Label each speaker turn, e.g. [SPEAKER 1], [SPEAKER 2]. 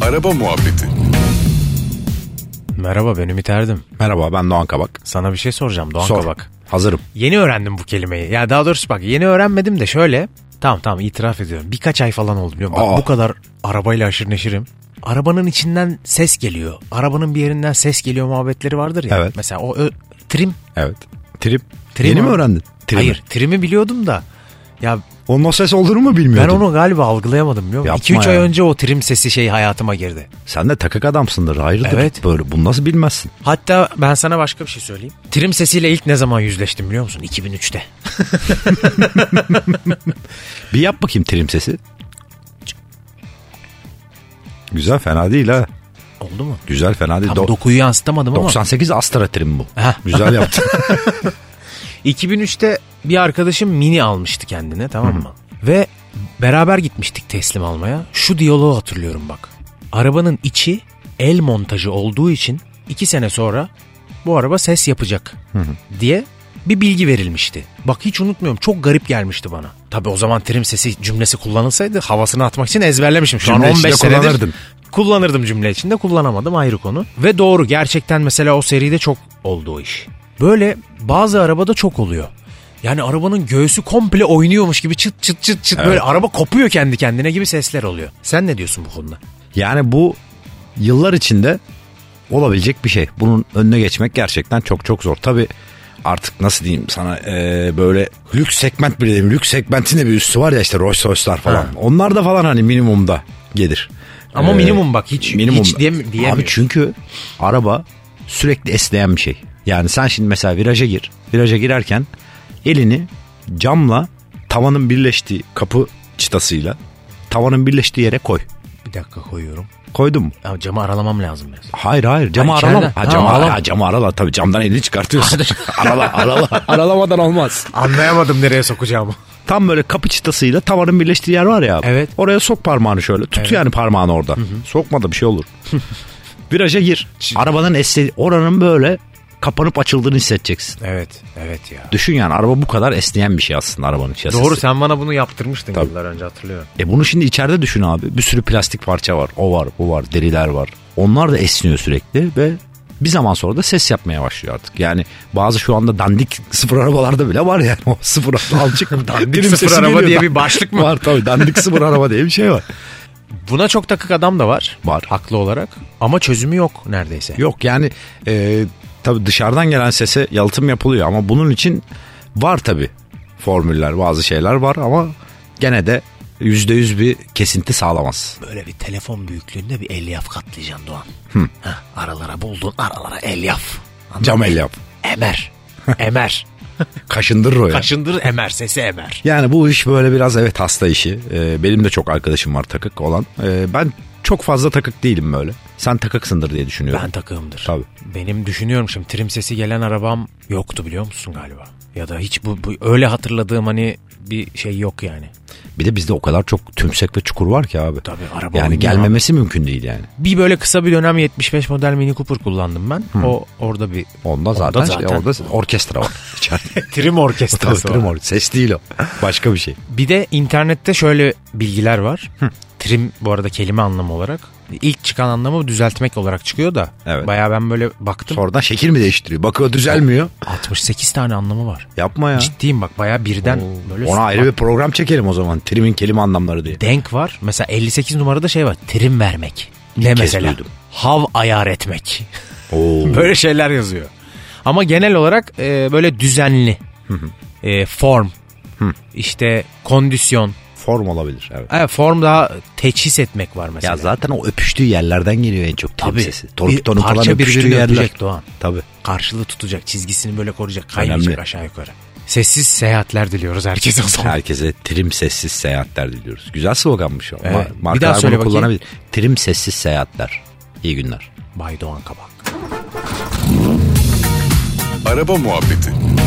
[SPEAKER 1] Araba Muhabbeti
[SPEAKER 2] Merhaba ben Ümit Erdim.
[SPEAKER 3] Merhaba ben Doğan Kabak.
[SPEAKER 2] Sana bir şey soracağım Doğan
[SPEAKER 3] Sor.
[SPEAKER 2] Kabak.
[SPEAKER 3] Hazırım.
[SPEAKER 2] Yeni öğrendim bu kelimeyi. Ya daha doğrusu bak yeni öğrenmedim de şöyle. Tamam tamam itiraf ediyorum. Birkaç ay falan oldu biliyor musun? Bak
[SPEAKER 3] Aa.
[SPEAKER 2] bu kadar arabayla aşırı neşirim. Arabanın içinden ses geliyor. Arabanın bir yerinden ses geliyor muhabbetleri vardır ya.
[SPEAKER 3] Evet.
[SPEAKER 2] Mesela o ö- trim.
[SPEAKER 3] Evet. Trip.
[SPEAKER 2] Trim
[SPEAKER 3] Yeni
[SPEAKER 2] abi.
[SPEAKER 3] mi öğrendin? Trim.
[SPEAKER 2] Hayır trimi biliyordum da. Ya
[SPEAKER 3] Onun o ses olduğunu mu
[SPEAKER 2] ben
[SPEAKER 3] bilmiyordun?
[SPEAKER 2] onu galiba algılayamadım biliyor musun?
[SPEAKER 3] Yapma
[SPEAKER 2] 2-3
[SPEAKER 3] ya.
[SPEAKER 2] ay önce o trim sesi şey hayatıma girdi.
[SPEAKER 3] Sen de takık adamsındır. Hayırdır?
[SPEAKER 2] Evet.
[SPEAKER 3] Böyle, bunu nasıl bilmezsin?
[SPEAKER 2] Hatta ben sana başka bir şey söyleyeyim. Trim sesiyle ilk ne zaman yüzleştim biliyor musun? 2003'te.
[SPEAKER 3] Bir yap bakayım trim sesi. Güzel fena değil ha.
[SPEAKER 2] Oldu mu?
[SPEAKER 3] Güzel fena değil.
[SPEAKER 2] Tam
[SPEAKER 3] Do-
[SPEAKER 2] dokuyu yansıtamadım ama.
[SPEAKER 3] 98 Astra trim bu.
[SPEAKER 2] Heh.
[SPEAKER 3] Güzel yaptın.
[SPEAKER 2] 2003'te bir arkadaşım mini almıştı kendine tamam mı? Ve beraber gitmiştik teslim almaya. Şu diyaloğu hatırlıyorum bak. Arabanın içi el montajı olduğu için iki sene sonra bu araba ses yapacak diye bir bilgi verilmişti. Bak hiç unutmuyorum çok garip gelmişti bana. Tabi o zaman trim sesi cümlesi kullanılsaydı havasını atmak için ezberlemişim. Şu
[SPEAKER 3] Cümle
[SPEAKER 2] an
[SPEAKER 3] içinde
[SPEAKER 2] 15 senedir
[SPEAKER 3] kullanırdın.
[SPEAKER 2] kullanırdım cümle içinde kullanamadım ayrı konu. Ve doğru gerçekten mesela o seride çok oldu o iş. Böyle bazı arabada çok oluyor. Yani arabanın göğsü komple oynuyormuş gibi çıt çıt çıt çıt böyle araba kopuyor kendi kendine gibi sesler oluyor. Sen ne diyorsun bu konuda?
[SPEAKER 3] yani bu yıllar içinde olabilecek bir şey. Bunun önüne geçmek gerçekten çok çok zor. Tabii artık nasıl diyeyim sana eee, böyle lüks segment bile diyeyim. Lüks segmentin de bir üstü var ya işte Rolls Royce'lar falan.
[SPEAKER 2] Ha.
[SPEAKER 3] Onlar da falan hani minimumda gelir.
[SPEAKER 2] Ama
[SPEAKER 3] Ee,
[SPEAKER 2] minimum bak hiç
[SPEAKER 3] minimum.
[SPEAKER 2] hiç diyem, diyemiyorum.
[SPEAKER 3] Abi çünkü araba sürekli esneyen bir şey. Yani sen şimdi mesela viraja gir. Viraja girerken elini camla tavanın birleştiği kapı çıtasıyla tavanın birleştiği yere koy.
[SPEAKER 2] Bir dakika koyuyorum.
[SPEAKER 3] Koydun mu?
[SPEAKER 2] Ya camı aralamam lazım biraz.
[SPEAKER 3] Hayır hayır camı
[SPEAKER 2] Ha,
[SPEAKER 3] aralama.
[SPEAKER 2] içeriden.
[SPEAKER 3] Ha, camı,
[SPEAKER 2] Ha,
[SPEAKER 3] arala.
[SPEAKER 2] aralama.
[SPEAKER 3] Ha, camı arala tabii camdan elini çıkartıyorsun. arala arala. Aralamadan olmaz.
[SPEAKER 2] Anlayamadım nereye sokacağımı.
[SPEAKER 3] Tam böyle kapı çıtasıyla tavanın birleştiği yer var ya. abi.
[SPEAKER 2] Evet.
[SPEAKER 3] Oraya sok parmağını şöyle. Tut yani parmağını orada. Sokma da bir şey olur. Viraja gir. Arabanın esne oranın böyle kapanıp açıldığını hissedeceksin.
[SPEAKER 2] Evet, evet ya.
[SPEAKER 3] Düşün yani araba bu kadar esneyen bir şey aslında arabanın içerisinde.
[SPEAKER 2] Doğru sen bana bunu yaptırmıştın
[SPEAKER 3] Tabii.
[SPEAKER 2] yıllar önce hatırlıyorum.
[SPEAKER 3] E bunu şimdi içeride düşün abi. Bir sürü plastik parça var. O var, bu var, deriler var. Onlar da esniyor sürekli ve bir zaman sonra da ses yapmaya başlıyor artık. Yani bazı şu anda dandik sıfır arabalarda bile var yani. O sıfır araba alçık.
[SPEAKER 2] Dandik
[SPEAKER 3] Benim
[SPEAKER 2] sıfır
[SPEAKER 3] sesim
[SPEAKER 2] araba
[SPEAKER 3] geliyor.
[SPEAKER 2] diye bir başlık mı?
[SPEAKER 3] var tabii. Dandik sıfır araba diye bir şey var.
[SPEAKER 2] Buna çok takık adam da var.
[SPEAKER 3] Var.
[SPEAKER 2] Haklı olarak. Ama çözümü yok neredeyse.
[SPEAKER 3] Yok yani e, tabii dışarıdan gelen sese yalıtım yapılıyor ama bunun için var tabii formüller bazı şeyler var ama gene de %100 bir kesinti sağlamaz.
[SPEAKER 2] Böyle bir telefon büyüklüğünde bir elyaf katlayacaksın Doğan. Heh, aralara buldun aralara elyaf. Anladın
[SPEAKER 3] Cam
[SPEAKER 2] mı?
[SPEAKER 3] el yap.
[SPEAKER 2] Emer. Emer.
[SPEAKER 3] Kaşındırır o ya.
[SPEAKER 2] Kaşındır emer sesi emer.
[SPEAKER 3] Yani bu iş böyle biraz evet hasta işi. Ee, benim de çok arkadaşım var takık olan. Ee, ben çok fazla takık değilim böyle. Sen takıksındır diye düşünüyorum.
[SPEAKER 2] Ben takığımdır.
[SPEAKER 3] Tabii.
[SPEAKER 2] Benim düşünüyorum şimdi trim sesi gelen arabam yoktu biliyor musun galiba? Ya da hiç bu, bu öyle hatırladığım hani bir şey yok yani.
[SPEAKER 3] Bir de bizde o kadar çok tümsek ve çukur var ki abi.
[SPEAKER 2] Tabii, araba
[SPEAKER 3] Yani
[SPEAKER 2] oynuyor
[SPEAKER 3] gelmemesi mümkün değil yani.
[SPEAKER 2] Bir böyle kısa bir dönem 75 model Mini Cooper kullandım ben. O orada bir
[SPEAKER 3] Onda zaten, şey, orada orkestra var. İçeride.
[SPEAKER 2] trim
[SPEAKER 3] Tabii,
[SPEAKER 2] orkestrası var.
[SPEAKER 3] trim or- Ses değil o. Başka bir şey.
[SPEAKER 2] Bir de internette şöyle bilgiler var. Trim bu arada kelime anlamı olarak. İlk çıkan anlamı düzeltmek olarak çıkıyor da.
[SPEAKER 3] Evet.
[SPEAKER 2] Bayağı ben böyle baktım.
[SPEAKER 3] Sonradan şekil mi değiştiriyor? Bakıyor düzelmiyor.
[SPEAKER 2] 68 tane anlamı var.
[SPEAKER 3] Yapma ya.
[SPEAKER 2] Ciddiyim bak bayağı birden böyle
[SPEAKER 3] Ona ayrı bir program çekelim o zaman. Trimin kelime anlamları diye.
[SPEAKER 2] denk var. Mesela 58 numarada şey var. Trim vermek. Ne
[SPEAKER 3] kez
[SPEAKER 2] mesela?
[SPEAKER 3] duydum.
[SPEAKER 2] Hav ayar etmek.
[SPEAKER 3] Oo.
[SPEAKER 2] böyle şeyler yazıyor. Ama genel olarak e, böyle düzenli. E, form. işte kondisyon.
[SPEAKER 3] Form olabilir. Evet.
[SPEAKER 2] E, form daha teçhis etmek var mesela.
[SPEAKER 3] Ya zaten o öpüştüğü yerlerden geliyor en çok trim
[SPEAKER 2] Tabii.
[SPEAKER 3] sesi.
[SPEAKER 2] Bir
[SPEAKER 3] Torpitonun
[SPEAKER 2] parça
[SPEAKER 3] falan öpüştüğü
[SPEAKER 2] birbirini
[SPEAKER 3] yerler.
[SPEAKER 2] öpecek Doğan.
[SPEAKER 3] Tabii.
[SPEAKER 2] Karşılığı tutacak çizgisini böyle koruyacak kaymayacak
[SPEAKER 3] Önemli.
[SPEAKER 2] aşağı yukarı. Sessiz seyahatler diliyoruz herkese o zaman.
[SPEAKER 3] Herkese trim sessiz seyahatler diliyoruz. Güzel sloganmış o.
[SPEAKER 2] Evet.
[SPEAKER 3] Ma-
[SPEAKER 2] Bir daha
[SPEAKER 3] markalar
[SPEAKER 2] söyle
[SPEAKER 3] bunu
[SPEAKER 2] bakayım.
[SPEAKER 3] kullanabilir. Trim sessiz seyahatler. İyi günler.
[SPEAKER 2] Bay Doğan Kabak.
[SPEAKER 1] Araba Muhabbeti